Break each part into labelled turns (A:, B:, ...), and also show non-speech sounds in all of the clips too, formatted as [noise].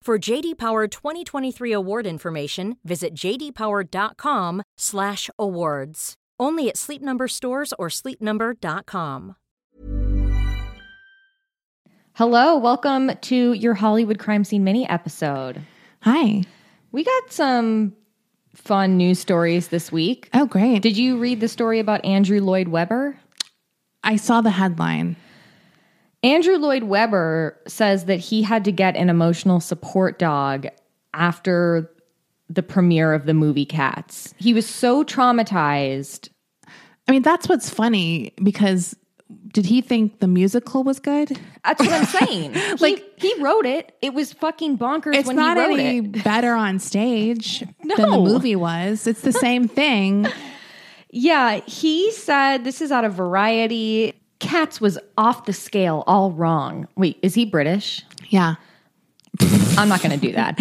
A: For JD Power 2023 award information, visit jdpower.com/awards. Only at Sleep Number stores or sleepnumber.com.
B: Hello, welcome to your Hollywood crime scene mini episode.
C: Hi.
B: We got some fun news stories this week.
C: Oh, great.
B: Did you read the story about Andrew Lloyd Webber?
C: I saw the headline.
B: Andrew Lloyd Webber says that he had to get an emotional support dog after the premiere of the movie Cats. He was so traumatized.
C: I mean, that's what's funny because did he think the musical was good?
B: That's what I'm
C: [laughs]
B: saying. like
C: Like-
B: he, wrote it. It was fucking bonkers
C: It's
B: when
C: not
B: he wrote
C: any
B: it. [laughs]
C: better on stage than the
B: No.
C: movie was. It's the same
B: [laughs]
C: thing.
B: Yeah, he said this is out of variety. Cats was off the scale all wrong. Wait, is he British?
C: Yeah.
B: I'm not going to do that.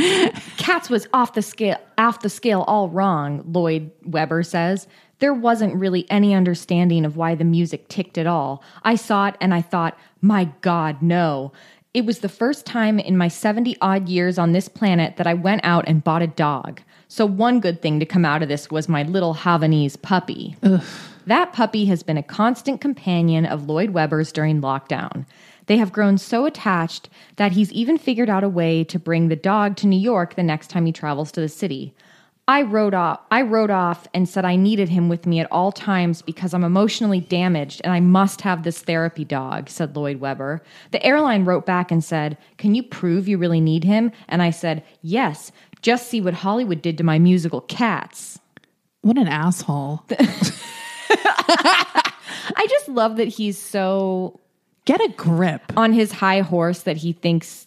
B: Cats was off the scale, off the scale, all wrong. Lloyd Webber says there wasn't really any understanding of why the music ticked at all. I saw it and I thought, my God, no. It was the first time in my 70 odd years on this planet that I went out and bought a dog. So, one good thing to come out of this was my little Havanese puppy. That puppy has been a constant companion of Lloyd Webber's during lockdown. They have grown so attached that he's even figured out a way to bring the dog to New York the next time he travels to the city. I rode off I rode off and said I needed him with me at all times because I'm emotionally damaged and I must have this therapy dog, said Lloyd Webber. The airline wrote back and said, "Can you prove you really need him?" And I said, "Yes, just see what Hollywood did to my musical Cats."
C: What an asshole.
B: I just love that he's so
C: Get a grip.
B: on his high horse that he thinks,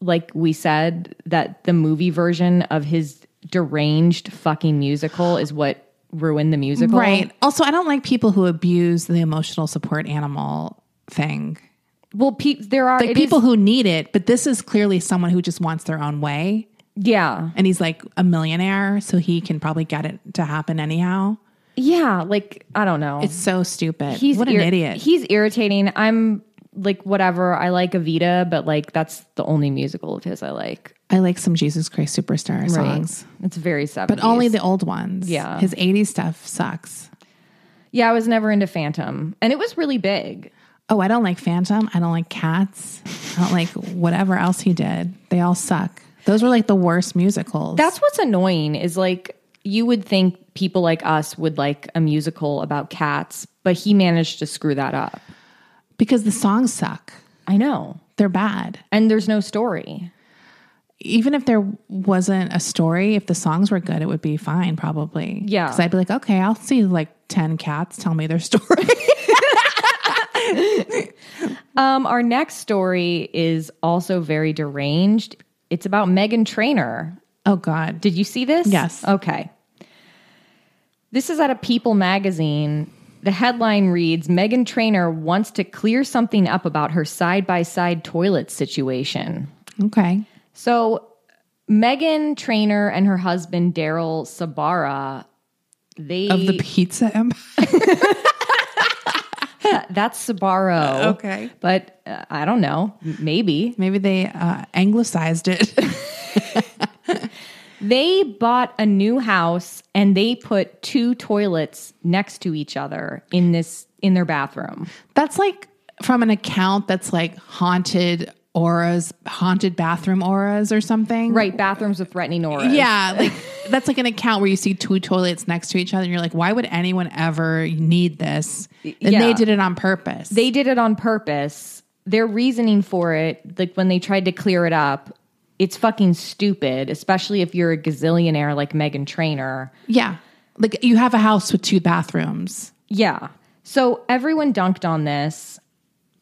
B: like we said, that the movie version of his deranged fucking musical is what ruined the musical.
C: Right. Also, I don't like people who abuse the emotional support animal thing.
B: Well, pe- there are
C: Like
B: it is-
C: people who need it, but this is clearly someone who just wants their own way.
B: yeah,
C: And he's like a millionaire, so he can probably get it to happen anyhow.
B: yeah. Like I don't know.
C: It's so stupid.
B: he's
C: what an
B: ir-
C: idiot.
B: He's irritating. I'm like whatever. I like Evita, but like that's the only musical of his I like.
C: I like some Jesus Christ Superstar songs,
B: It's very seventies,
C: but only the old ones.
B: Yeah.
C: His 80s stuff sucks.
B: yeah. I was never into Phantom, and it was really big.
C: Oh, I don't like Phantom. I don't like Cats. I don't like whatever else he did. They all suck. Those were like the worst musicals.
B: That's what's annoying is like you would think people like us would like a musical about cats, but he managed to screw that up.
C: because the songs suck.
B: I know.
C: They're bad.
B: And there's no story.
C: Even if there wasn't a story, if the songs were good, it would be fine, probably.
B: Yeah.
C: Because I'd be like, okay, I'll see like 10 cats tell me their [laughs] story.
B: Um our next story is also very deranged. It's about Megan Trainor.
C: oh, God.
B: Did you see this?
C: Yes.
B: Okay. This is out of People magazine. The headline reads Megan Trainor wants to clear something up about her side-by-side toilet situation.
C: okay.
B: So Megan Trainer and her husband Daryl Sabara, they
C: Of the pizza [laughs] empire.
B: that's Sabaro.
C: okay.
B: But uh, I don't know, m- maybe.
C: Maybe they uh, anglicized it. [laughs]
B: They bought a new house and they put two toilets next to each other in this in their bathroom.
C: That's like from an account that's like haunted auras, haunted bathroom auras or something.
B: Right, bathrooms with threatening auras.
C: [laughs] Yeah. Like that's like an account where you see two toilets next to each other and you're like, why would anyone ever need this? And
B: yeah.
C: they did it on purpose.
B: They did it on purpose. Their reasoning for it, like when they tried to clear it up, it's fucking stupid, especially if you're a gazillionaire like Megan Trainer.
C: yeah. Like you have a house with two bathrooms.
B: Yeah. So everyone dunked on this.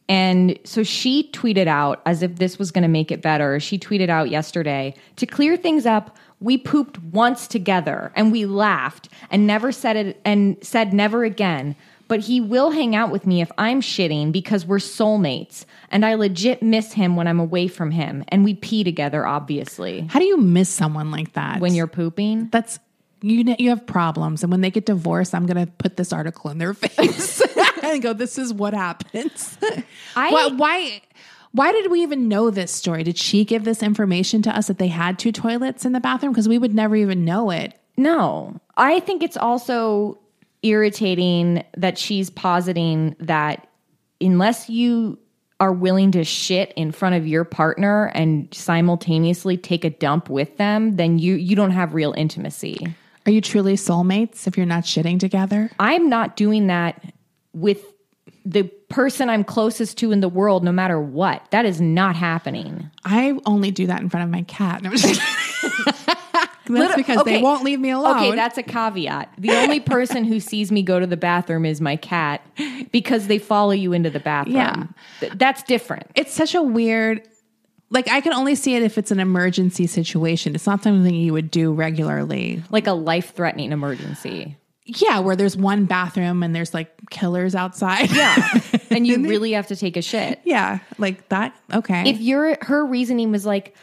B: And so she tweeted out, as if this was going to make it better, she tweeted out yesterday to clear things up. We pooped once together and we laughed and never said it and said never again. But he will hang out with me if I'm shitting because we're soulmates and I legit miss him when I'm away from him and we pee together, obviously.
C: How do you miss someone like that?
B: When you're pooping,
C: that's you know, you have problems, and when they get divorced, I'm gonna put this article in their [laughs] face and go, "This is what happens."
B: I-
C: why, why? Why did we even know this story? Did she give this information to us that they had two toilets in the bathroom? Because we would never even know it.
B: No, I think it's also irritating that she's positing that unless you are willing to shit in front of your partner and simultaneously take a dump with them, then you you don't have real intimacy.
C: Are you truly soulmates if you're not shitting together?
B: I'm not doing that with the person I'm closest to in the world no matter what. That is not happening.
C: I only do that in front of my cat. No, I'm just kidding. [laughs] that's because they
B: okay.
C: won't leave me alone.
B: Okay, that's a caveat. The only person who sees me go to the bathroom is my cat because they follow you into the bathroom.
C: Yeah.
B: Th- that's different.
C: it's such a weird like I can only see it if it's an emergency situation. It's not something you would do regularly.
B: Like a life threatening emergency.
C: Yeah, where there's one bathroom and there's like killers outside. [laughs] Yeah.
B: And
C: [laughs]
B: you really have to take a shit.
C: yeah. Like that. Okay.
B: If your her reasoning was like,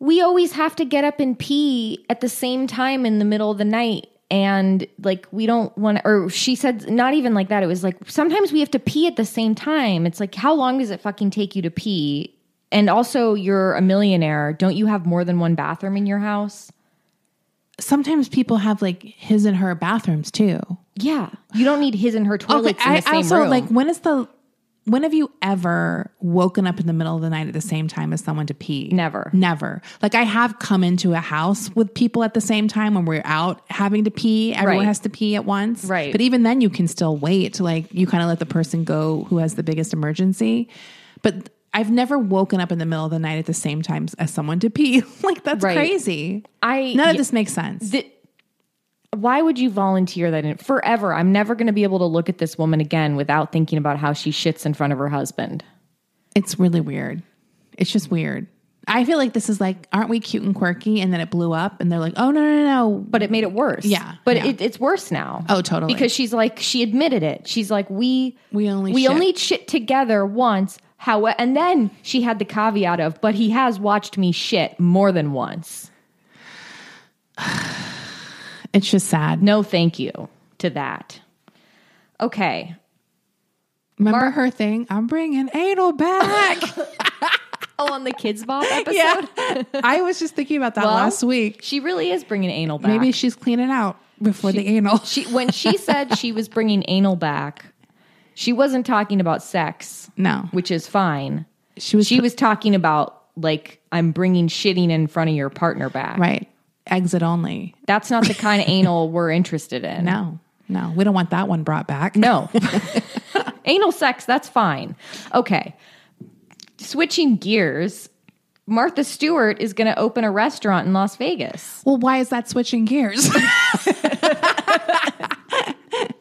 B: we always have to get up and pee at the same time in the middle of the night. And like, we don't want to, or she said, not even like that. It was like, sometimes we have to pee at the same time. It's like, how long does it fucking take you to pee? And also, you're a millionaire. Don't you have more than one bathroom in your house?
C: Sometimes people have like his and her bathrooms too.
B: Yeah. You don't need his and her toilets in
C: I,
B: the
C: I
B: same
C: also
B: room.
C: like when is the when have you ever woken up in the middle of the night at the same time as someone to pee?
B: Never.
C: Never. Like I have come into a house with people at the same time when we're out having to pee. Everyone
B: Right.
C: has to pee at once.
B: Right.
C: But even then you can still wait. Like you kind of let the person go who has the biggest emergency. But I've never woken up in the middle of the night at the same time as someone to pee. [laughs] like that's
B: Right.
C: crazy.
B: I,
C: None of this makes sense.
B: Th- why would you volunteer that in forever? I'm never going to be able to look at this woman again without thinking about how she shits in front of her husband.
C: It's really weird. It's just weird. I feel like this is like, aren't we cute and quirky? And then it blew up, and they're like, oh no no no.
B: But it made it worse.
C: Yeah,
B: But
C: yeah.
B: It, it's worse now.
C: Oh, totally.
B: Because she's like, she admitted it. She's like, we
C: We only
B: we
C: shit.
B: only shit together once. How and then she had the caveat of, but he has watched me shit more than once.
C: It's just sad.
B: No, thank you to that. Okay.
C: Remember her thing? I'm bringing
B: [laughs]
C: anal back.
B: Oh, on the Kids
C: [laughs]
B: Bob episode, [laughs]
C: I was just thinking about that
B: Well,
C: last week.
B: she really is bringing anal back.
C: Maybe she's cleaning out before the anal.
B: She when she said she was bringing anal back, she wasn't talking about sex,
C: [laughs] no,
B: which is fine.
C: she was
B: She was talking about like I'm bringing shitting in front of your partner back.
C: right. Exit only.
B: That's not the
C: [laughs]
B: kind of anal we're interested in.
C: No, no, we don't want that one brought back.
B: No. [laughs] anal sex, that's fine. Okay. Switching gears, Martha Stewart is going to open a restaurant in Las Vegas.
C: Well, why is that
B: [laughs]
C: switching gears? [laughs]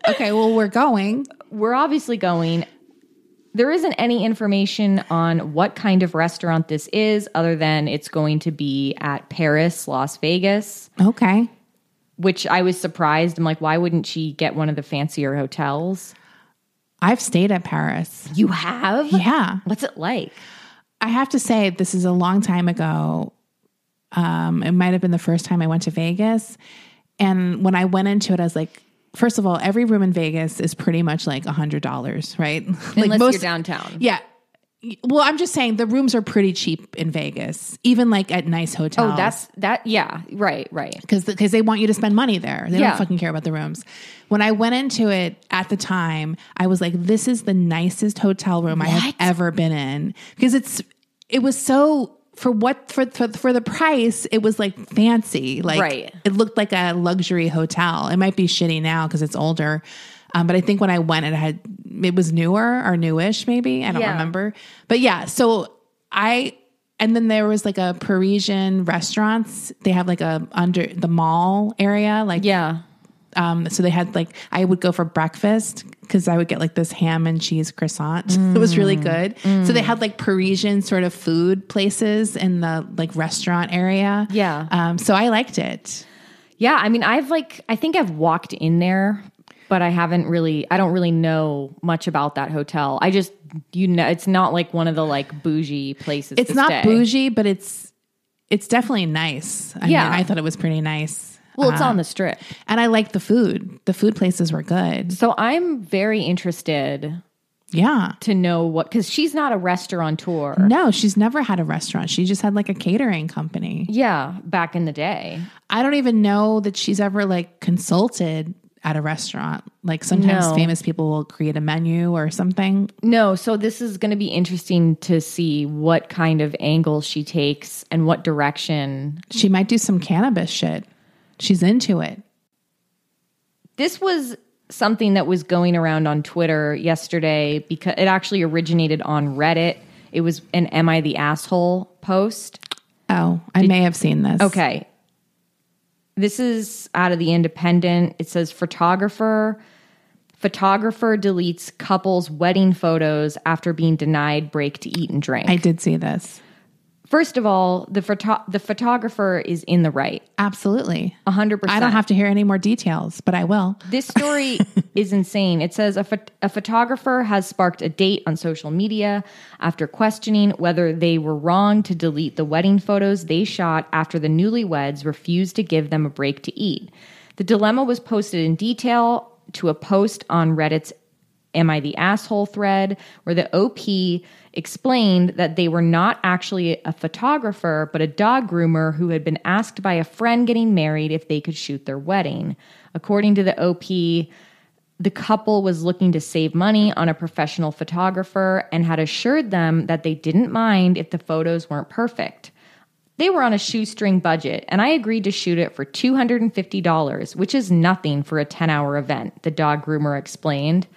C: okay, well, we're going.
B: we're obviously going. There isn't any information on what kind of restaurant this is, other than it's going to be at Paris, Las Vegas,
C: Okay.
B: which I was surprised. I'm like, why wouldn't she get one of the fancier hotels?
C: I've stayed at Paris.
B: You have?
C: Yeah.
B: What's it like?
C: I have to say, this is a long time ago. Um, it might have been the first time I went to Vegas. And when I went into it, I was like, first of all, every room in Vegas is pretty much like $100, right? [laughs] like
B: Unless you're downtown.
C: Yeah. Well, I'm just saying the rooms are pretty cheap in Vegas, even like at nice hotels.
B: Oh, that's that. Yeah, right, right.
C: because because they want you to spend money there. They
B: Yeah.
C: don't fucking care about the rooms. When I went into it at the time, I was like, "This is the nicest hotel room I have ever been in," because it's it was so for what for for, for the price it was like fancy like
B: Right.
C: it looked like a luxury hotel it might be shitty now because it's older um, but i think when i went it had it was newer or newish maybe i don't
B: Yeah.
C: remember but yeah so i and then there was like a parisian restaurants they have like a under the mall area like
B: Yeah,
C: Um, so they had like I would go for breakfast because I would get like this ham and cheese croissant. it was really good. So they had like Parisian sort of food places in the like restaurant area.
B: Yeah.
C: Um, so I liked it.
B: Yeah, I mean, I've like, I think I've walked in there, but I haven't really, I don't really know much about that hotel. I just, you know, it's not like one of the like bougie places.
C: It's
B: to
C: not
B: stay.
C: bougie, but it's it's definitely nice. I
B: Yeah.
C: mean, I thought it was pretty nice.
B: Well, it's on the strip.
C: And I liked the food. The food places were good.
B: So I'm very interested
C: Yeah.
B: to know what, because she's not a restaurateur.
C: No, she's never had a restaurant. She just had like a catering company.
B: Yeah, back in the day.
C: I don't even know that she's ever like consulted at a restaurant. Like sometimes
B: No.
C: famous people will create a menu or something.
B: No, so this is going to be interesting to see what kind of angle she takes and what direction.
C: She might do some cannabis shit. She's into it.
B: This was something that was going around on Twitter yesterday because it actually originated on Reddit. It was an Am I the Asshole post.
C: Oh, I may have seen this.
B: Okay. This is out of the Independent. It says photographer photographer deletes couple's wedding photos after being denied break to eat and drink.
C: I did see this.
B: First of all, the photo- the photographer is in the right.
C: Absolutely.
B: 100%.
C: I don't have to hear any more details, but I will.
B: This
C: [laughs]
B: story is insane. It says a, phot- a photographer has sparked a date on social media after questioning whether they were wrong to delete the wedding photos they shot after the newlyweds refused to give them a break to eat. The dilemma was posted in detail to a post on Reddit's Am I the Asshole thread, where the OP explained that they were not actually a photographer, but a dog groomer who had been asked by a friend getting married if they could shoot their wedding. According to the OP, the couple was looking to save money on a professional photographer and had assured them that they didn't mind if the photos weren't perfect. They were on a shoestring budget, and I agreed to shoot it for $250, which is nothing for a 10 hour event, the dog groomer explained.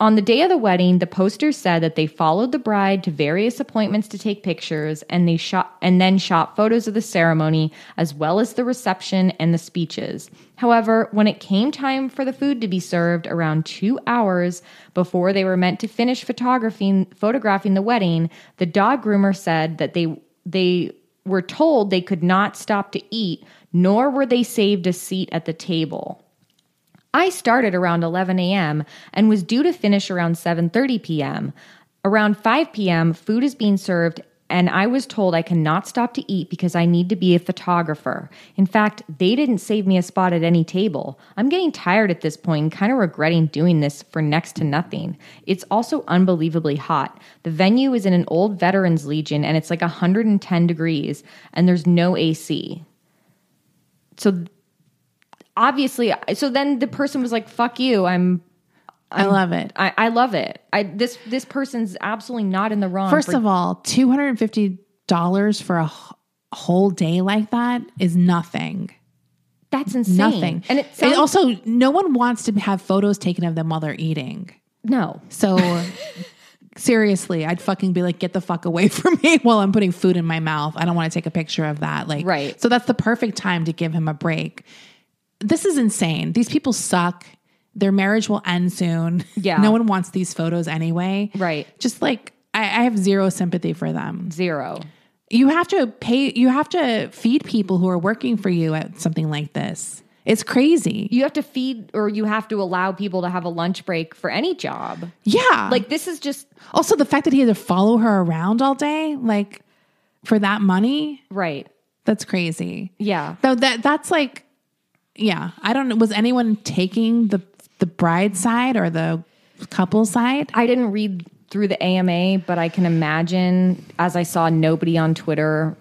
B: On the day of the wedding, the posters said that they followed the bride to various appointments to take pictures and they shot and then shot photos of the ceremony as well as the reception and the speeches. However, when it came time for the food to be served around 2 hours before they were meant to finish photographing photographing the wedding, the dog groomer said that they they were told they could not stop to eat nor were they saved a seat at the table. I started around 11 a.m. and was due to finish around 7:30 p.m. Around 5 p.m., food is being served and I was told I cannot stop to eat because I need to be a photographer. In fact, they didn't save me a spot at any table. I'm getting tired at this point and kind of regretting doing this for next to nothing. It's also unbelievably hot. The venue is in an old veterans legion and it's like 110 degrees and there's no AC. So obviously so then the person was like fuck you i'm
C: I love it.
B: i, I love it i this this person's absolutely not in the wrong
C: First
B: for-
C: of all, two hundred and fifty dollars for a wh- whole day like that is nothing.
B: that's insane
C: Nothing.
B: and it sounds,
C: also no one wants to have photos taken of them while they're eating.
B: no
C: So
B: [laughs]
C: seriously, I'd fucking be like, get the fuck away [laughs] from me while I'm putting food in my mouth. I don't want to take a picture of that. Like,
B: Right.
C: So that's the perfect time to give him a break. This is insane. These people suck. Their marriage will end soon. [laughs]
B: Yeah.
C: no one wants these photos anyway.
B: Right.
C: Just like I, I have zero sympathy for them
B: zero
C: you have to pay you have to feed people who are working for you at something like this it's crazy
B: you have to feed or you have to allow people to have a lunch break for any job
C: yeah like
B: like this is just
C: also the fact that he had to follow her around all day like for that money
B: right
C: that's crazy
B: yeah
C: though that that's like yeah i don't know was anyone taking the the bride's side or the couple side
B: i didn't read through the ama but i can imagine as i saw nobody on twitter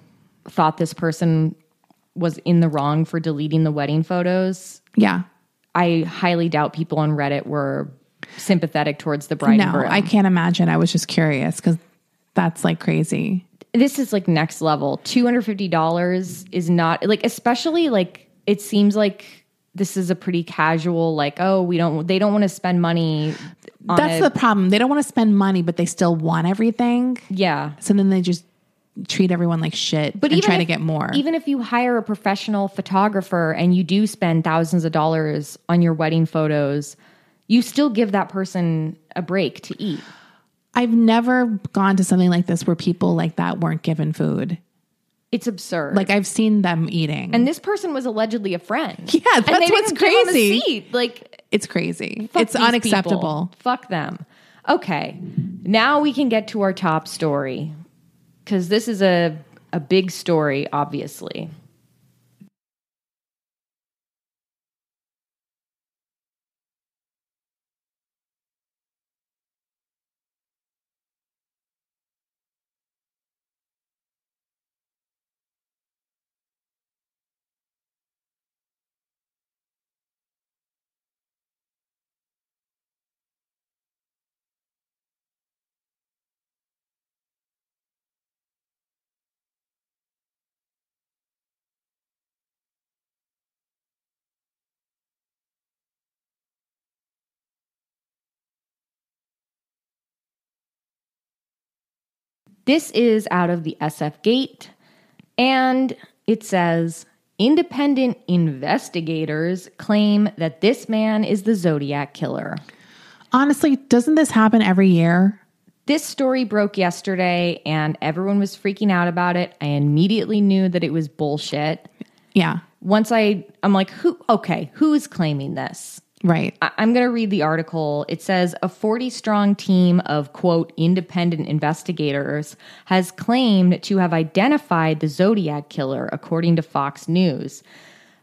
B: thought this person was in the wrong for deleting the wedding photos
C: yeah
B: I highly doubt people on Reddit were sympathetic towards the bride and
C: no
B: groom.
C: i can't imagine i was just curious because that's like crazy
B: this is like next level. Two hundred fifty dollars is not like, especially like it seems like this is a pretty casual. Like, oh, we don't. They don't want to spend money. On
C: that's
B: a-
C: the problem they don't want to spend money but they still want everything
B: yeah.
C: So then they just treat everyone like shit
B: But
C: and
B: even
C: try
B: if-
C: to get more.
B: Even if you hire a professional photographer and you do spend thousands of dollars on your wedding photos, you still give that person a break to eat.
C: I've never gone to something like this where people like that weren't given food.
B: It's absurd.
C: Like I've seen them eating.
B: and this person was allegedly a friend.
C: [laughs] Yeah,
B: And they
C: that's
B: didn't
C: what's
B: give him a
C: crazy.
B: seat. Like
C: it's crazy.
B: fuck
C: it's
B: these
C: unacceptable.
B: people. Fuck them. Okay, now we can get to our top story because this is a a big story, obviously. This is out of the SF Gate, and it says independent investigators claim that this man is the Zodiac killer.
C: Honestly, doesn't this happen every year?
B: This story broke yesterday, and everyone was freaking out about it. I immediately knew that it was bullshit.
C: Yeah,
B: Once I, I'm like, who? Okay, who is claiming this?
C: right.
B: I- I'm going to read the article. It says a 40 strong team of, quote, independent investigators has claimed to have identified the Zodiac killer, according to Fox News.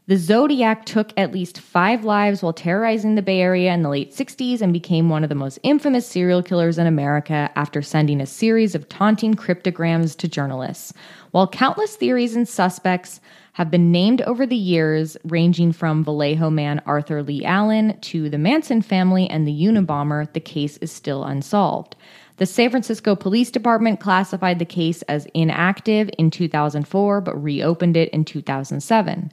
B: The Zodiac took at least five lives while terrorizing the Bay Area in the late 60s and became one of the most infamous serial killers in America after sending a series of taunting cryptograms to journalists. While countless theories and suspects have been named over the years, ranging from Vallejo man Arthur Lee Allen to the Manson family and the Unabomber, the case is still unsolved. The San Francisco Police Department classified the case as inactive in 2004, but reopened it in 2007.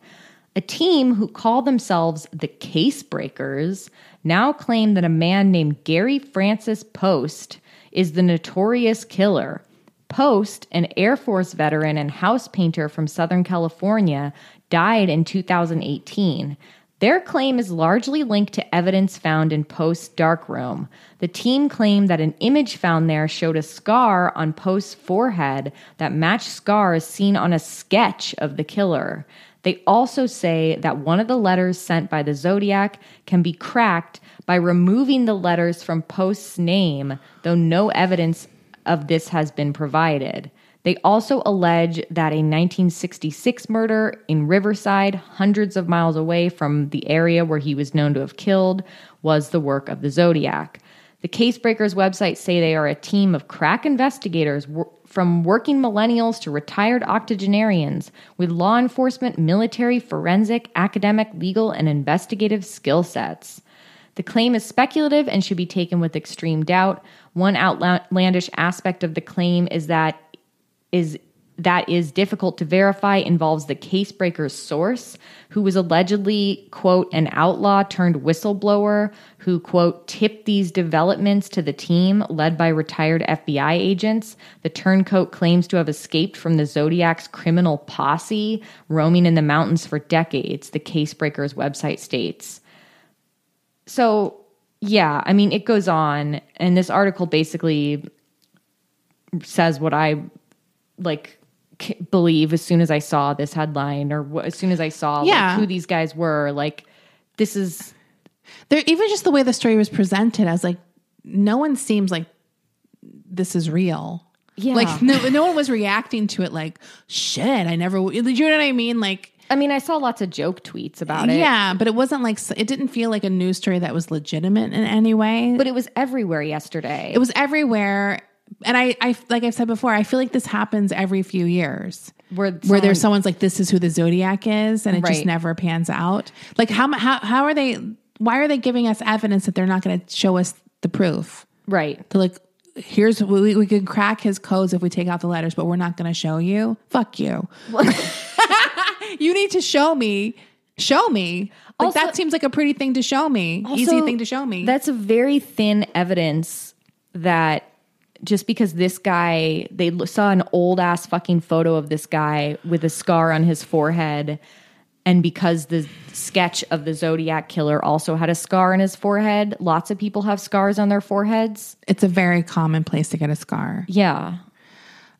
B: A team who call themselves the Case Breakers now claim that a man named Gary Francis Post is the notorious killer. Post, an Air Force veteran and house painter from Southern California, died in 2018. Their claim is largely linked to evidence found in Post's darkroom. The team claimed that an image found there showed a scar on Post's forehead that matched scars seen on a sketch of the killer. They also say that one of the letters sent by the Zodiac can be cracked by removing the letters from Post's name, though no evidence of this has been provided. They also allege that a 1966 murder in Riverside, hundreds of miles away from the area where he was known to have killed, was the work of the Zodiac. The Casebreakers website say they are a team of crack investigators wor- from working millennials to retired octogenarians with law enforcement, military, forensic, academic, legal, and investigative skill sets. The claim is speculative and should be taken with extreme doubt. One outlandish aspect of the claim is that is that is difficult to verify involves the case breaker's source, who was allegedly, quote, an outlaw turned whistleblower who, quote, tipped these developments to the team led by retired FBI agents. The turncoat claims to have escaped from the Zodiac's criminal posse, roaming in the mountains for decades, the case breaker's website states. So, yeah, I mean, it goes on. And this article basically says what I like c- believe as soon as I saw this headline or wh- as soon as I saw like,
C: Yeah.
B: who these guys were. Like, this is
C: There, even just the way the story was presented, I was like, no one seems like this is real.
B: Yeah.
C: Like no, no one was reacting to it like shit. I never. w-" You know what I mean? Like
B: I mean, I saw lots of joke tweets about it.
C: yeah, but it wasn't like s- it didn't feel like a news story that was legitimate in any way.
B: But it was everywhere yesterday.
C: it was everywhere, and I, I like I've said before, I feel like this happens every few years.
B: where,
C: where
B: someone-
C: there's someone's like this is who the zodiac is and it
B: Right.
C: just never pans out like how mu- how how are they why are they giving us evidence that they're not going to show us the proof
B: right.
C: they're like here's we, we can crack his codes if we take out the letters but we're not going to show you fuck you [laughs] you need to show me show me like
B: Also-
C: that seems like a pretty thing to show me easy
B: Also,
C: thing to show me
B: That's a very thin evidence that just because this guy they l- saw an old ass fucking photo of this guy with a scar on his forehead and because the sketch of the zodiac killer also had a scar on his forehead lots of people have scars on their foreheads
C: It's a very common place to get a scar.
B: yeah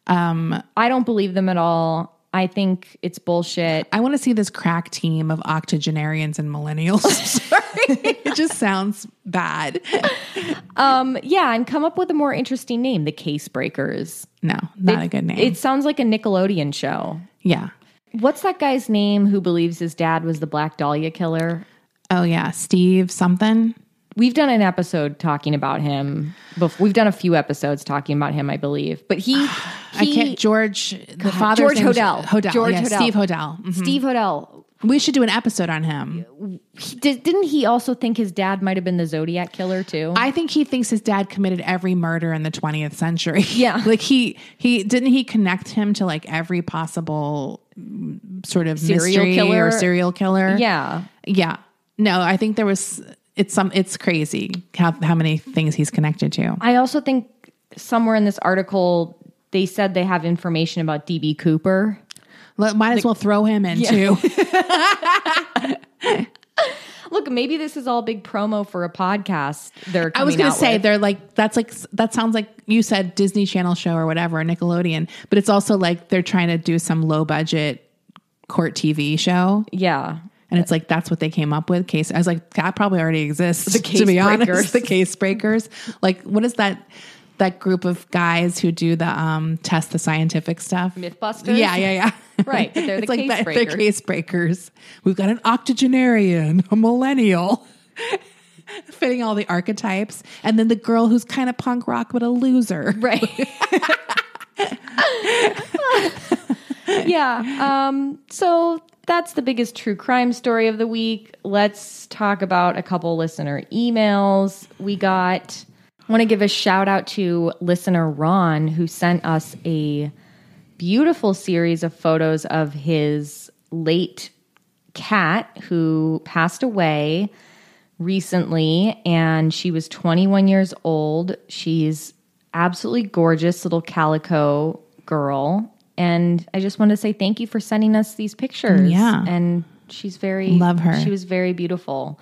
B: um i don't believe them at all i think it's bullshit
C: I want to see this crack team of octogenarians and millennials. [laughs] Sorry. it just sounds bad.
B: um yeah and come up with a more interesting name the case breakers
C: No, not a good name.
B: it sounds like a nickelodeon show
C: yeah.
B: What's that guy's name who believes his dad was the Black Dahlia killer?
C: Oh yeah, Steve something.
B: We've done an episode talking about him. Before. We've done a few episodes talking about him, I believe. But he,
C: I
B: he
C: can't George the father
B: George Hodel.
C: Hodel.
B: George
C: yeah,
B: Hodel.
C: Steve Hodel. Mhm.
B: Steve Hodel.
C: We should do an episode on him.
B: He, did, didn't he also think his dad might have been the Zodiac killer too?
C: I think he thinks his dad committed every murder in the 20th century. [laughs]
B: Yeah.
C: like he he didn't he connect him to like every possible mm, sort of
B: Serial
C: mystery
B: killer?
C: or serial killer.
B: yeah,
C: Yeah. No, I think there was it's some it's crazy how how many things he's connected to.
B: I also think somewhere in this article they said they have information about DB Cooper.
C: Let- Might as well throw him in too.
B: Look, maybe this is all big promo for a podcast. They're
C: I was
B: going to
C: say they're like that's like that sounds like you said Disney Channel show or whatever, Nickelodeon, but it's also like they're trying to do some low budget court TV show.
B: yeah.
C: And it's like that's what they came up with. Case I was like that probably already exists. The
B: case
C: to be
B: breakers.
C: honest, the case breakers. Like what is that that group of guys who do the um test the scientific stuff?
B: Mythbusters.
C: Yeah, yeah, yeah.
B: Right, but [laughs]
C: [laughs]
B: they're the case breakers.
C: They're case breakers. We've got an octogenarian, a millennial, [laughs] fitting all the archetypes, and then the girl who's kind of punk rock but a loser.
B: [laughs] Right. yeah. Um, so that's the biggest true crime story of the week. Let's talk about a couple listener emails we got. I want to give a shout out to listener Ron, who sent us a beautiful series of photos of his late cat who passed away recently and she was 21 years old. She's absolutely gorgeous little calico girl and I just want to say thank you for sending us these pictures.
C: Yeah.
B: And she's very
C: Love her.
B: She was very beautiful.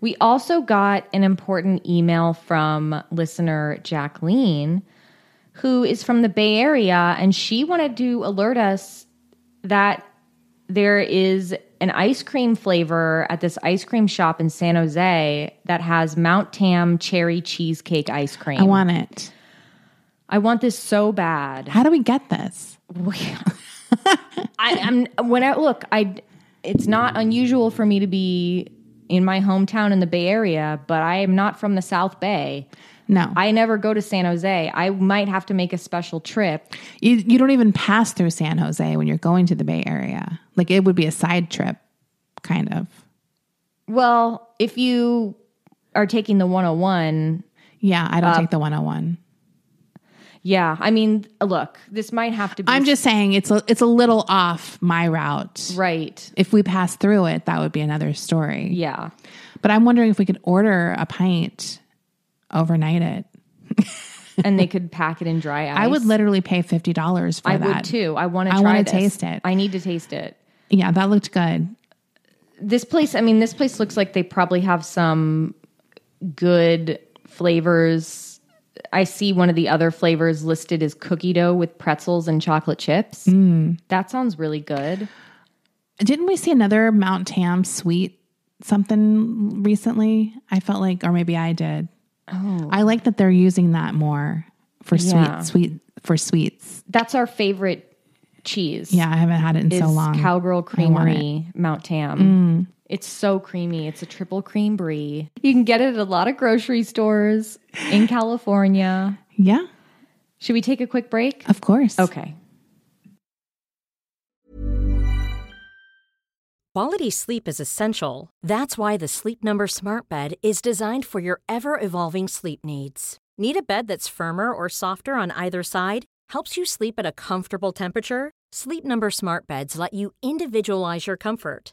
B: We also got an important email from listener Jacqueline who is from the Bay Area and she wanted to alert us that there is an ice cream flavor at this ice cream shop in San Jose that has Mount Tam cherry cheesecake ice cream.
C: I want it.
B: I want this so bad.
C: How do we get this?
B: I, I'm when I look, I it's not unusual for me to be in my hometown in the Bay Area, but I am not from the South Bay.
C: No,
B: I never go to San Jose. I might have to make a special trip.
C: you, you don't even pass through San Jose when you're going to the Bay Area. Like it would be a side trip, kind of.
B: Well, if you are taking the 101,
C: Yeah, I don't
B: Uh,
C: take the 101.
B: yeah. I mean, look, this might have to be
C: I'm just saying it's a, it's a little off my route.
B: right.
C: If we pass through it, that would be another story.
B: Yeah.
C: But I'm wondering if we could order a pint, overnight it.
B: and they could pack it in dry ice.
C: [laughs] I would literally pay fifty dollars for
B: I
C: that.
B: would too. I want to.
C: I
B: try
C: wanna
B: this.
C: taste it.
B: I need to taste it.
C: Yeah, that looked good.
B: This place. I mean, this place looks like they probably have some good flavors. I see one of the other flavors listed as cookie dough with pretzels and chocolate chips. That sounds really good.
C: Didn't we see another Mount Tam sweet something recently? I felt like, or maybe I did. Oh, I like that they're using that more for
B: Yeah.
C: sweet, sweet for sweets.
B: That's our favorite cheese.
C: Yeah, I haven't had it in
B: Is
C: so long.
B: Cowgirl Creamery Mount Tam. It's so creamy. It's a triple cream brie. Mm. You can get it at a lot of grocery stores [laughs] in California. Uh,
C: yeah,
B: Should we take a quick break?
C: of course.
B: Okay.
A: Quality sleep is essential. That's why the Sleep Number Smart Bed is designed for your ever evolving sleep needs. Need a bed that's firmer or softer on either side? Helps you sleep at a comfortable temperature? Sleep Number Smart Beds let you individualize your comfort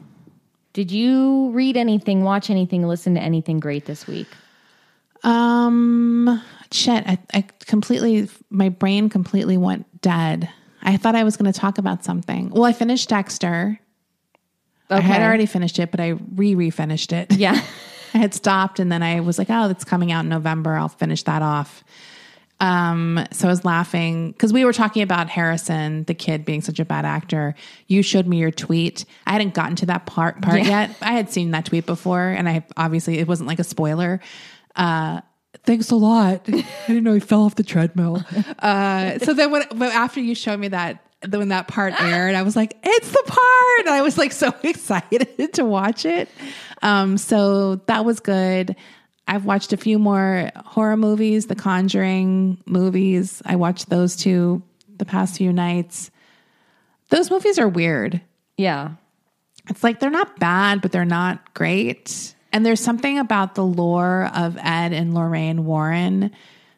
B: did you read anything, watch anything, listen to anything great this week?
C: Um, shit. I, I completely, my brain completely went dead. I thought I was going to talk about something. Well, I finished Dexter. I had
B: Okay.
C: already finished it, but I re refinished it.
B: [laughs]
C: [laughs]
B: Yeah.
C: I had stopped and then I was like, oh, that's coming out in November. I'll finish that off. Um, so I was laughing because we were talking about Harrison, the kid being such a bad actor. You showed me your tweet. I hadn't gotten to that part part yet. I had seen that tweet before, and I obviously it wasn't like a spoiler. Uh Thanks a lot. [laughs] I didn't know he fell off the treadmill. Uh, so then, when but after you showed me that, the- when that part aired, I was like, "It's the part!" And I was like [laughs] so excited to watch it. Um, so that was good. I've watched a few more horror movies, the Conjuring movies. I watched those two the past few nights. Those movies are weird.
B: Yeah.
C: It's like they're not bad, but they're not great. And there's something about the lore of Ed and Lorraine Warren,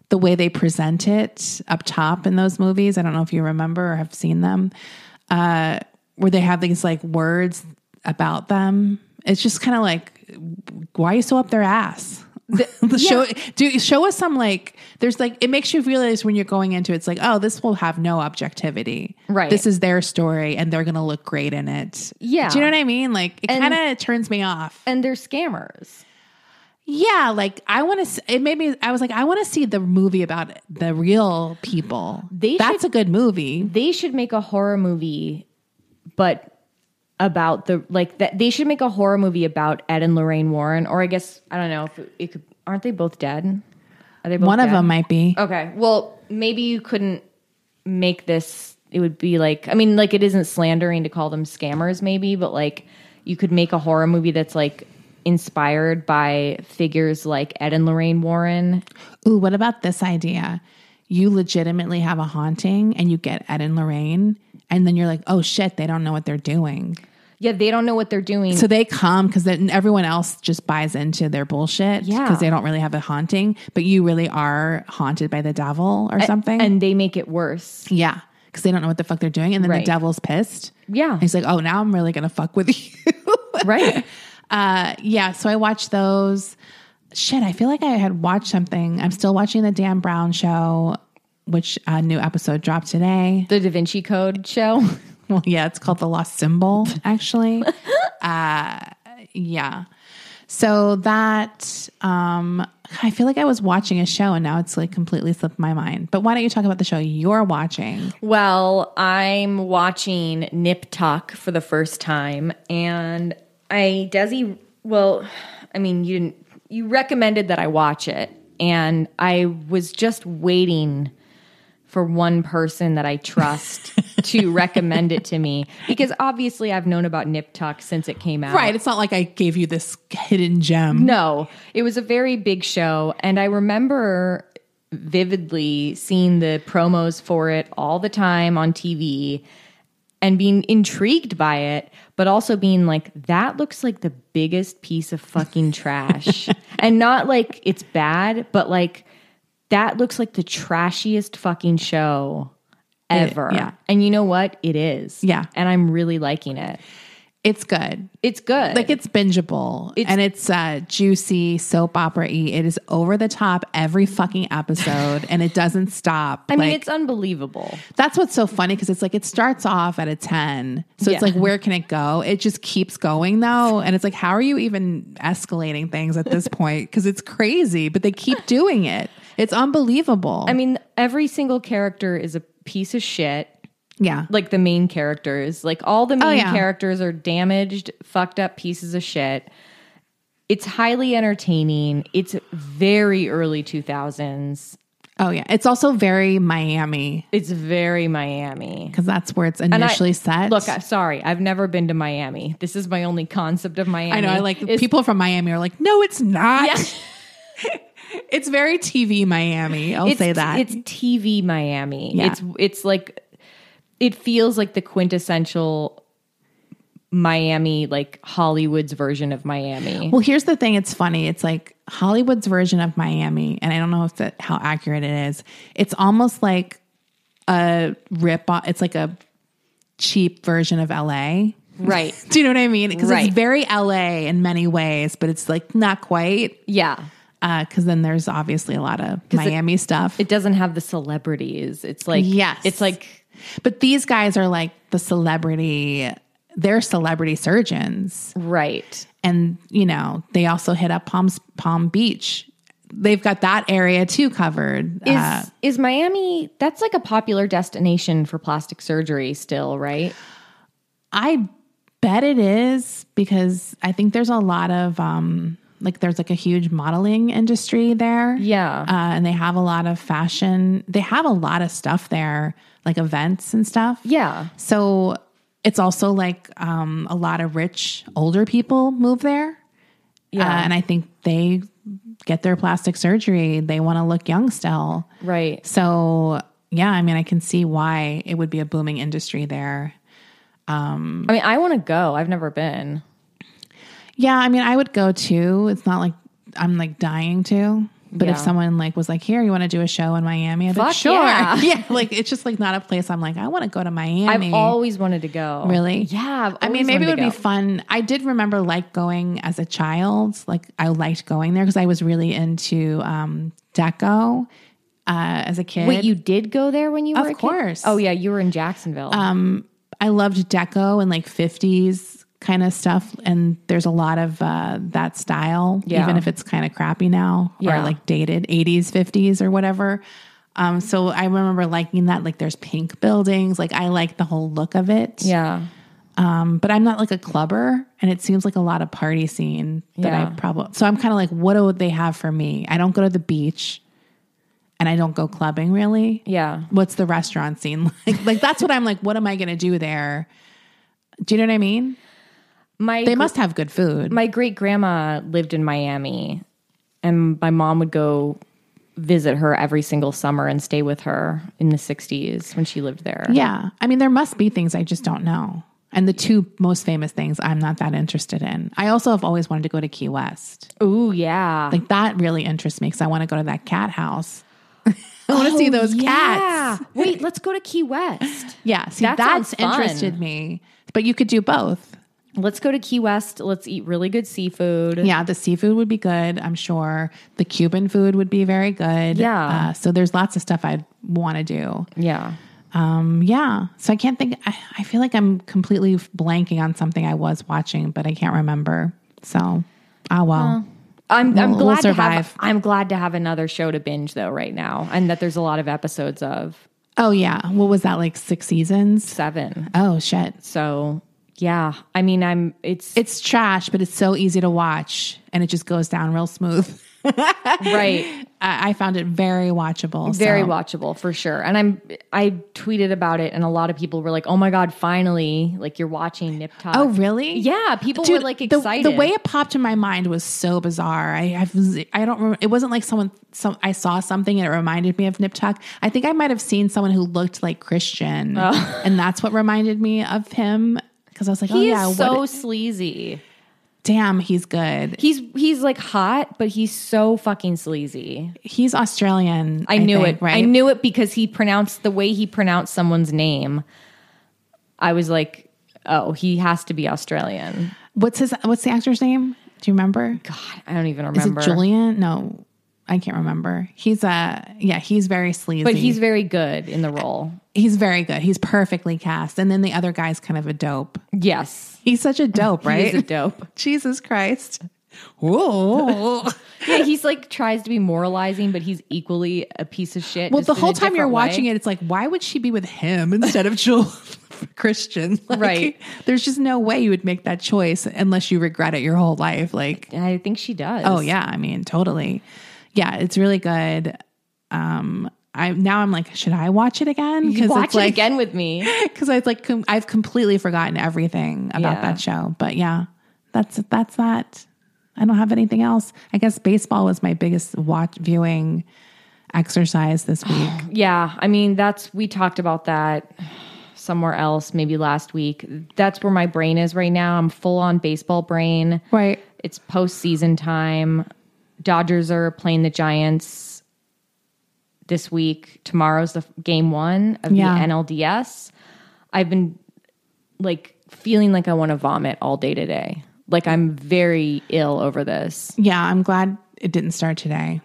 C: the way they present it up top in those movies. I don't know if you remember or have seen them, uh, where they have these like words about them. It's just kind of like, why are you so up their ass? [laughs] show do show us some like there's like it makes you realize when you're going into it, it's like oh this will have no objectivity
B: Right.
C: this is their story and they're gonna look great in it
B: Yeah.
C: do you know what I mean? Like it
B: And-
C: kind of turns me off.
B: And they're scammers.
C: Yeah, like I want to. It made me. I was like, I want to see the movie about the real people.
B: They
C: That's a good movie.
B: They should make a horror movie, but about the like that they should make a horror movie about Ed and Lorraine Warren, or I guess I don't know if it, it could aren't they both dead? Are they both
C: One of
B: dead?
C: them might be.
B: Okay. Well, maybe you couldn't make this. It would be like, I mean, like it isn't slandering to call them scammers, maybe, but like you could make a horror movie that's like inspired by figures like Ed and Lorraine Warren.
C: Ooh, what about this idea? You legitimately have a haunting, and you get Ed and Lorraine, and then you're like, oh shit, they don't know what they're doing.
B: Yeah, they don't know what they're doing.
C: So they come because then everyone else just buys into their bullshit
B: Yeah.
C: because they don't really have a haunting, but you really are haunted by the devil or something.
B: and they make it worse.
C: Yeah. Because they don't know what the fuck they're doing. And then
B: Right.
C: the devil's pissed.
B: Yeah.
C: And he's like, oh, now I'm really going to fuck with [laughs] you. [laughs]
B: Right.
C: uh, yeah. So I watched those. Shit, I feel like I had watched something. I'm still watching The Dan Brown Show, which a new episode dropped today. [laughs]
B: The Da Vinci Code show.
C: Well, yeah, it's called The Lost [laughs] Symbol, actually. uh, yeah. So that, um, I feel like I was watching a show and now it's like completely slipped my mind. But why don't you talk about the show you're watching?
B: Well, I'm watching Nip Tuck for the first time, and I Desi. Well, I mean, you didn't, you recommended that I watch it, and I was just waiting for one person that I trust to recommend it to me because obviously I've known about Nip Tuck since it came out.
C: Right. It's not like I gave you this hidden gem.
B: No, it was a very big show. And I remember vividly seeing the promos for it all the time on TV and being intrigued by it, but also being like, that looks like the biggest piece of fucking
C: [laughs]
B: trash. and not like it's bad, but like, that looks like the trashiest fucking show ever.
C: yeah.
B: And you know what? It is.
C: Yeah.
B: And I'm really liking it.
C: It's good.
B: It's good.
C: Like it's bingeable and it's uh, juicy, soap opera y. It is over the top every fucking episode and it doesn't stop.
B: [laughs] I mean,
C: Like,
B: it's unbelievable.
C: that's what's so funny because it's like it starts off at a 10. So
B: Yeah.
C: it's like, where can it go? It just keeps going though. And it's like, how are you even escalating things at this point? Because it's crazy, but they keep doing it. It's unbelievable.
B: I mean, every single character is a piece of shit.
C: yeah.
B: Like the main characters, like all the main
C: Oh, yeah.
B: characters are damaged, fucked up pieces of shit. It's highly entertaining. It's very early 2000s.
C: Oh, yeah. It's also very Miami
B: It's very Miami.
C: because that's where it's
B: And I-
C: initially set.
B: Look, I'm sorry. I've never been to Miami. This is my only concept of Miami.
C: I know. I like
B: is-
C: people from Miami are like, no, it's not. [laughs] It's very TV Miami. I'll
B: it's,
C: say that.
B: It's TV Miami.
C: Yeah.
B: It's it's like it feels like the quintessential Miami, like Hollywood's version of Miami.
C: well, here's the thing. It's funny. It's like Hollywood's version of Miami, and I don't know if that how accurate it is. It's almost like a rip. off It's like a cheap version of LA.
B: [laughs] right.
C: Do you know what I mean? Because
B: Right.
C: it's very LA in many ways, but it's like not quite.
B: Yeah.
C: Because then there's obviously a lot of Miami stuff.
B: It doesn't have the celebrities. It's like
C: Yes.
B: It's like
C: but these guys are like the celebrity. They're celebrity surgeons.
B: right.
C: and you know they also hit up Palm Palm Beach. They've got that area too covered.
B: Is
C: Uh,
B: is Miami that's like a popular destination for plastic surgery still, right?
C: I bet it is because I think there's a lot of um, like there's like a huge modeling industry there.
B: Yeah.
C: uh, and they have a lot of fashion. They have a lot of stuff there, like events and stuff.
B: yeah.
C: So it's also like um, a lot of rich older people move there. Yeah. and I think they get their plastic surgery. They want to look young still.
B: Right.
C: So, yeah, I mean, I can see why it would be a booming industry there.
B: I mean, I want to go. I've never been.
C: Yeah, I mean, I would go too. It's not like I'm like dying to. But if
B: Yeah.
C: someone like was like, "Here, you want to do a show in Miami?" I'd be
B: Fuck
C: like, "Sure." [laughs]
B: yeah.
C: like it's just like not a place I'm like, "I want to go to
B: I've
C: Miami."
B: always wanted to go.
C: Really?
B: Yeah. I've
C: I mean,
B: always
C: maybe it would
B: wanted to
C: be
B: go.
C: fun. I did remember like going as a child. Like I liked going there because I was really into um, deco uh, as a kid.
B: Wait, you did go there when you
C: Of
B: were a kid?
C: course. Um,
B: Oh yeah, you were in Jacksonville.
C: I loved deco and like 50s kind of stuff. And there's a lot of uh, that style,
B: Yeah.
C: even if it's kind of crappy now
B: Yeah.
C: or like dated 80s, 50s or whatever. Um, so I remember liking that. Like there's pink buildings. Like I like the whole look of it.
B: yeah.
C: Um, but I'm not like a clubber. And it seems like a lot of party scene that
B: Yeah.
C: I probably. So I'm kind of like, what would they have for me? I don't go to the beach and I don't go clubbing really
B: Yeah.
C: what's the restaurant scene [laughs] like? Like that's what I'm like. What am I going to do there? Do you know what I mean?
B: My
C: They must have good food.
B: my great grandma lived in Miami, and my mom would go visit her every single summer and stay with her in the 60s when she lived there.
C: yeah, I mean there must be things I just don't know. And the two most famous things I'm not that interested in. I also have always wanted to go to Key West.
B: Ooh, yeah.
C: Like that really interests me because I want to go to that cat house. [laughs] I want to see those cats.
B: Oh, Yeah. [laughs] Wait, let's go to Key West.
C: Yeah, see
B: That sounds
C: that's
B: fun.
C: interested me. But you could do both.
B: Let's go to Key West. Let's eat really good seafood.
C: Yeah, the seafood would be good, I'm sure. The Cuban food would be very good.
B: Yeah.
C: Uh, so there's lots of stuff I'd want to do.
B: Yeah.
C: Um, yeah. So I can't think, I, I feel like I'm completely blanking on something I was watching, but I can't remember. So, ah, well.
B: I'm, I'm
C: We'll-
B: glad
C: we'll
B: to
C: survive.
B: have I'm glad to have another show to binge though right now and that there's a lot of episodes of
C: Oh, yeah. What was that, like six seasons?
B: 7.
C: Oh, shit.
B: So, yeah. I mean, I'm [laughs] it's
C: It's trash, but it's so easy to watch and it just goes down real smooth. [laughs]
B: right.
C: I, I found it very watchable.
B: Very
C: so.
B: watchable for sure. And I'm I tweeted about it and a lot of people were like, "Oh my god, finally, like you're watching Nip Tuck."
C: Oh, really?
B: Yeah, people were like
C: the-
B: excited.
C: The, way it popped in my mind was so bizarre. I I've, I don't remember. It wasn't like someone. Some I saw something and it reminded me of Nip Tuck. I think I might have seen someone who looked like Christian, [laughs] and that's what reminded me of him. Because I was like, oh
B: Oh. He
C: yeah,
B: is
C: what-
B: so sleazy.
C: damn, he's good.
B: He's he's like hot, but he's so fucking sleazy.
C: He's Australian.
B: I, knew
C: think,
B: it.
C: Right?
B: I knew it because he pronounced the way he pronounced someone's name. I was like, oh, he has to be Australian.
C: What's his? What's the actor's name? Do you remember?
B: God, I don't even
C: Is
B: remember.
C: it Julian? No, I can't remember. He's uh yeah, he's very sleazy.
B: But he's very good in the role.
C: he's very good. He's perfectly cast. And then the other guy's kind of a dope.
B: Yes.
C: He's such a
B: [laughs]
C: dope, right?
B: He's a
C: [laughs]
B: dope.
C: Jesus Christ.
B: [laughs]
C: Whoa.
B: Yeah, he's like tries to be moralizing, but he's equally a piece of shit.
C: well, the whole time you're watching it, it's like, why would she be with him instead of [laughs] Joel Christian? [laughs] Like,
B: Right.
C: There's just no way you would make that choice unless you regret it your whole life. Like,
B: I think she does.
C: oh, yeah. I mean, totally. Yeah, it's really good. Um, I now I'm like, should I watch it again?
B: You watch
C: it's
B: it
C: like,
B: again with
C: [gasps]
B: me.
C: [laughs] because I've like com- I've completely forgotten everything about
B: Yeah.
C: that show. But yeah, that's that's that. I don't have anything else. I guess baseball was my biggest watch viewing
B: [sighs]
C: exercise this week.
B: Yeah, I mean that's we talked about that somewhere else maybe last week. That's where my brain is right now. I'm full on baseball brain.
C: right.
B: It's postseason time. Dodgers are playing the Giants this week. Tomorrow's the f- game one of
C: Yeah.
B: the NLDS. I've been like feeling like I want to vomit all day today. Like I'm very ill over this.
C: Yeah, I'm glad it didn't start today.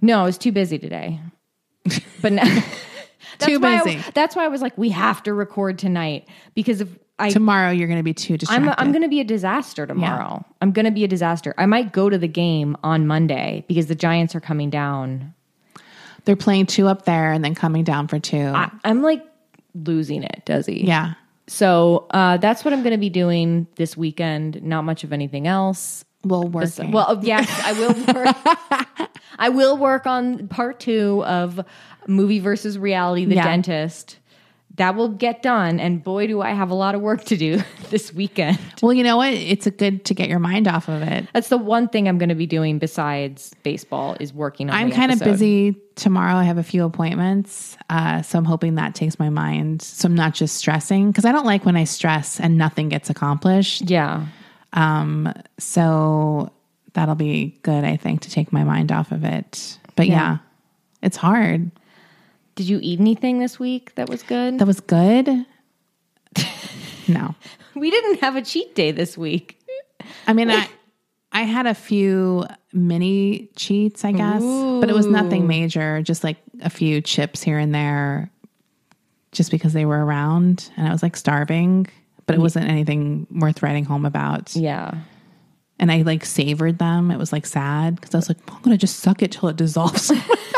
B: No, I was too busy
C: [laughs]
B: today. But now, [laughs] that's
C: Too
B: why I-
C: busy.
B: that's why I was like, we have to record tonight because if I
C: Tomorrow you're going to be too
B: I'm
C: distracted.
B: I'm going to be a disaster tomorrow. I'm going to be a disaster. I might go to the game on Monday because the Giants are coming down.
C: They're playing two up there and then coming down for two.
B: I, I'm like losing it, Desi.
C: yeah.
B: So uh, that's what I'm going to be doing this weekend. Not much of anything else.
C: Well, working.
B: Well, yes, I will. Work,
C: [laughs]
B: I will work on part two of movie versus reality. The
C: Yeah.
B: dentist that will get done, and boy, do I have a lot of work to do [laughs] this weekend.
C: well, you know what? It's a good to get your mind off of it.
B: That's the one thing I'm going to be doing besides baseball is working on.
C: I'm
B: the
C: kind of
B: episode.
C: busy tomorrow. I have a few appointments. Uh, so I'm hoping that takes my mind. So I'm not just stressing because I don't like when I stress and nothing gets accomplished.
B: Yeah,
C: Um, so that'll be good, I think, to take my mind off of it. But yeah, it's hard.
B: Did you eat anything this week that was good?
C: That was good. [laughs] no.
B: [laughs] we didn't have a cheat day this week.
C: I mean, I I had a few mini cheats, I guess, but it was nothing major. Just like a few chips here and there, just because they were around, and I was like starving. But it wasn't anything worth writing home about.
B: Yeah.
C: And I like savored them. It was like sad because I was like, I'm gonna just suck it till
B: [laughs]
C: it dissolves,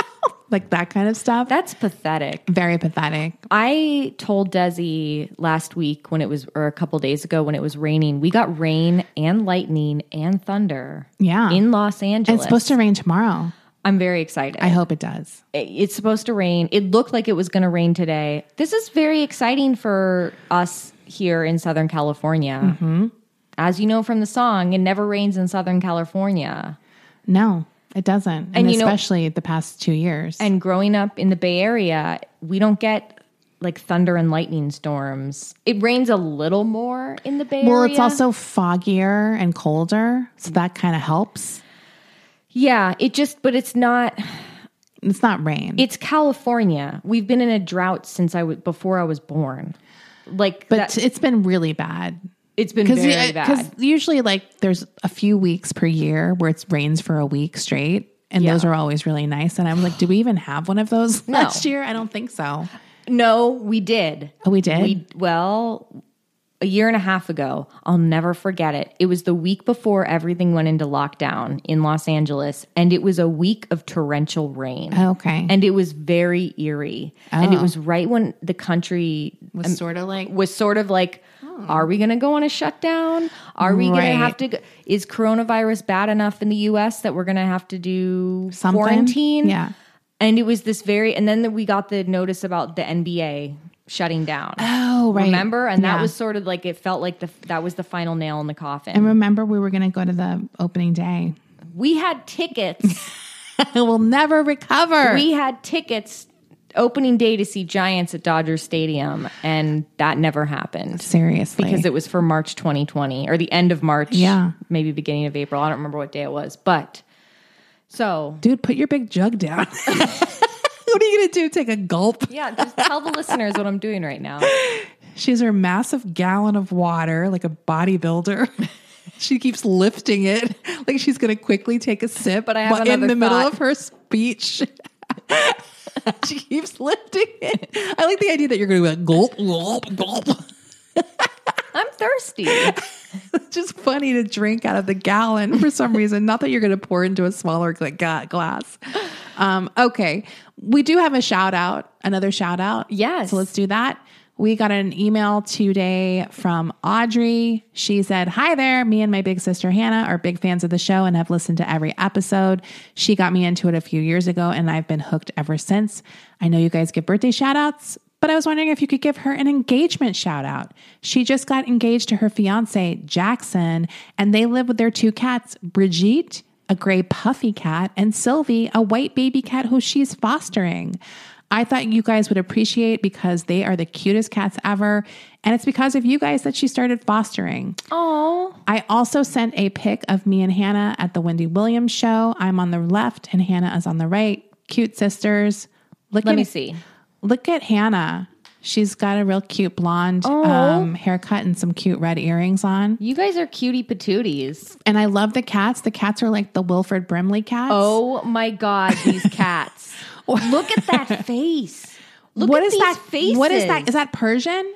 C: [laughs] like that kind of stuff.
B: That's pathetic.
C: Very pathetic.
B: I told Desi last week when it was, or a couple days ago when it was raining, we got rain and lightning and thunder.
C: Yeah.
B: In Los
C: It's
B: Angeles.
C: supposed to rain tomorrow.
B: I'm very excited.
C: I hope it does.
B: It- it's supposed to rain. It looked like it was going to rain today. This is very exciting for us here in Southern California.
C: Mm-hmm.
B: As you know from the song, it never rains in Southern California.
C: No, it doesn't. And,
B: you know-
C: especially the past two years.
B: And growing up in the Bay Area, we don't get like thunder and lightning storms. It rains a little more in the Bay Area.
C: Well, it's also foggier and colder, so that kind of helps.
B: yeah, it just but it's not
C: It's not rain.
B: it's California. We've been in a drought since I was before I was born. Like
C: but
B: that,
C: it's been really bad.
B: it's been
C: Because
B: very bad.
C: usually, like, there's a few weeks per year where it's rains for a week straight. And those are always really nice. And I'm like, do we even have one of those last year? I don't think so.
B: No, we did.
C: Oh, we did?
B: We well, a year and a half ago, I'll never forget it. It was the week before everything went into lockdown in Los Angeles, and it was a week of torrential rain.
C: okay.
B: and it was very eerie and it was right when the country
C: was sort of like,
B: was sort of like are we going to go on a shutdown are we going to
C: Hmm. Right.
B: have to go- is coronavirus bad enough in the US that we're going to have to do
C: Something?
B: quarantine
C: Yeah.
B: and it was this very and then we got the notice about the NBA shutting down
C: oh, right.
B: remember and that
C: Yeah.
B: was sort of like it felt like the that was the final nail in the coffin
C: And remember, we were going to go to the opening day. [laughs]
B: we had tickets
C: we'll never recover.
B: we had tickets opening day to see Giants at Dodger Stadium, and that never happened
C: Seriously.
B: because it was for March 2020 or the end of March,
C: Yeah.
B: maybe beginning of April. I don't remember what day it was, but so
C: Dude, put your big jug down. [laughs] what are you going to do? Take a gulp?
B: yeah, just tell the [laughs] listeners what I'm doing right now.
C: She has her massive gallon of water like a bodybuilder. [laughs] she keeps lifting it like she's going to quickly take a sip.
B: But I have
C: in the
B: another
C: middle
B: thought.
C: of her speech. [laughs] she keeps lifting it. I like the idea that you're going to be like gulp, gulp, gulp. [laughs]
B: I'm thirsty.
C: It's just funny to drink out of the gallon for some reason. Not that you're going to pour into a smaller gla- ga- glass. Um, okay. We do have a shout out, another shout out.
B: Yes.
C: So let's do that. We got an email today from Audrey. She said, Hi there. Me and my big sister Hannah are big fans of the show and have listened to every episode. She got me into it a few years ago and I've been hooked ever since. I know you guys give birthday shout outs, But I was wondering if you could give her an engagement shout out. She just got engaged to her fiance, Jackson, and they live with their two cats, Brigitte, a gray puffy cat, and Sylvie, a white baby cat who she's fostering. I thought you guys would appreciate because they are the cutest cats ever. And it's because of you guys that she started fostering.
B: Oh,
C: I also sent a pic of me and Hannah at the Wendy Williams show. I'm on the left and Hannah is on the right. Cute sisters. Look
B: let
C: at,
B: me see.
C: Look at Hannah. She's got a real cute blonde
B: Oh.
C: um, haircut and some cute red earrings on.
B: You guys are cutie patooties.
C: And I love the cats. The cats are like the Wilfred Brimley cats.
B: Oh my god, these
C: [laughs]
B: cats! Look at that face. Look
C: what
B: at
C: is
B: these
C: that?
B: faces.
C: What is that? Is that Persian?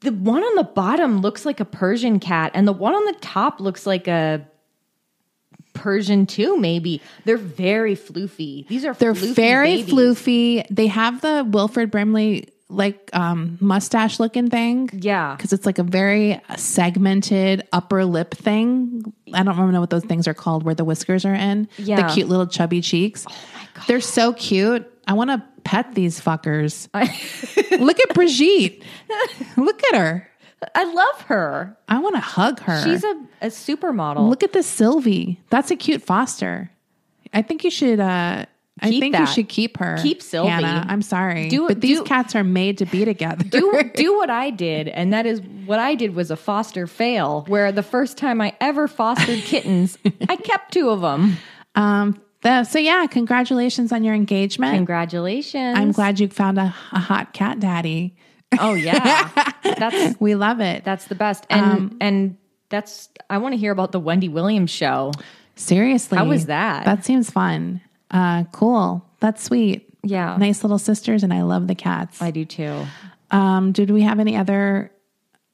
B: the one on the bottom looks like a Persian cat, and the one on the top looks like a Persian too. Maybe they're very floofy. These are
C: They're
B: floofy
C: very
B: babies.
C: floofy. They have the Wilfred Brimley like um, mustache looking thing.
B: Yeah,
C: because it's like a very segmented upper lip thing. I don't remember what those things are called, where the whiskers are in.
B: Yeah.
C: the cute little chubby cheeks. Oh my god, they're so cute. I want to pet these fuckers. Look at Brigitte. Look at her.
B: I love her.
C: I want to hug her.
B: She's a, a supermodel.
C: Look at this Sylvie. That's a cute foster. I think you should. uh I
B: Keep
C: think you
B: that.
C: should keep her.
B: Keep Sylvie.
C: Hannah, I'm sorry,
B: Do-
C: but these
B: do-
C: cats are made to be together. [laughs]
B: do do what I did, and that is what I did was a foster fail. Where the first time I ever fostered kittens, I kept two of them.
C: um. the- so yeah, congratulations on your engagement.
B: Congratulations!
C: I'm glad you found a, a hot cat daddy.
B: Oh
C: [laughs]
B: yeah, that's
C: We love it.
B: that's the best. And
C: Um,
B: and that's I want to hear about the Wendy Williams show.
C: Seriously.
B: How was that?
C: That seems fun. Uh, cool. That's sweet.
B: Yeah.
C: Nice little sisters, and I love the cats.
B: I do too.
C: Um, did we have any other?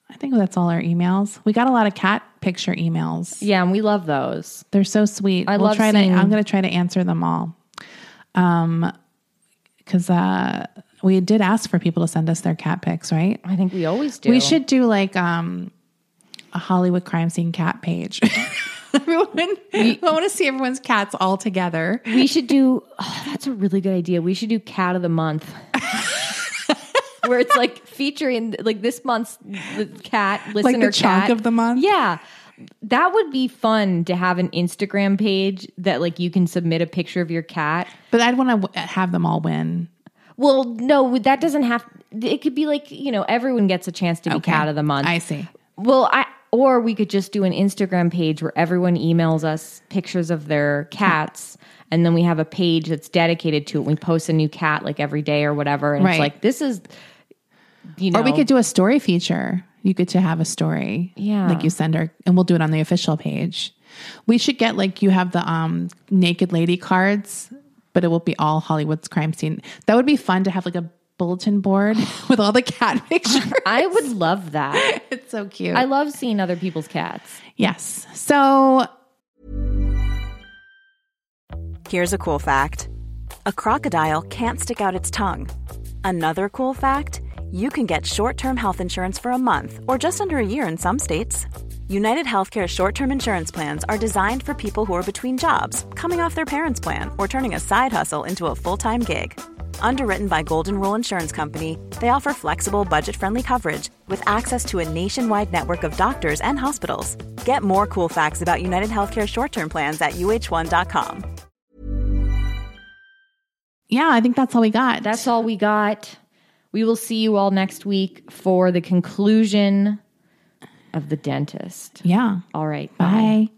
C: I think that's all our emails. We got a lot of cat picture emails.
B: Yeah, and we love those.
C: They're so sweet. I
B: love
C: try
B: seeing-
C: to. I'm going to try to answer them all. Um, because uh, we did ask for people to send us their cat pics, right?
B: I think we always do.
C: We should do like um a Hollywood crime scene cat page. [laughs] Everyone, I want to see everyone's cats all together.
B: we should do. Oh, that's a really good idea. We should do cat of the [laughs] month. Where it's like featuring like this month's the cat listener
C: Like the chunk
B: cat.
C: of the month.
B: Yeah. That would be fun to have an Instagram page that like you can submit a picture of your cat.
C: But I'd want to w- have them all win.
B: Well, no, that doesn't have it could be like, you know, everyone gets a chance to be cat of the month.
C: I see.
B: Well, I or we could just do an Instagram page where everyone emails us pictures of their cats and then we have a page that's dedicated to it. We post a new cat like every day or whatever and
C: Right.
B: it's like this is you know
C: Or we could do a story feature. You get to have a story.
B: Yeah.
C: Like you send her, and we'll do it on the official page. We should get like you have the um naked lady cards, but it will be all Hollywood's crime scene. That would be fun to have like a bulletin board [laughs] with all the cat [laughs] pictures.
B: I would love
C: [laughs]
B: that.
C: it's so cute.
B: I love seeing other people's cats.
C: yes. So
D: Here's a cool fact a crocodile can't stick out its tongue. Another cool fact you can get short term health insurance for a month or just under a year in some states. United Healthcare short term insurance plans are designed for people who are between jobs, coming off their parents' plan, or turning a side hustle into a full time gig. Underwritten by Golden Rule Insurance Company, they offer flexible, budget friendly coverage with access to a nationwide network of doctors and hospitals. Get more cool facts about United Healthcare short term plans at uh1.com.
C: yeah, I think that's all we got.
B: That's all we got. We will see you all next week for the conclusion of the dentist.
C: yeah.
B: All right.
C: Bye.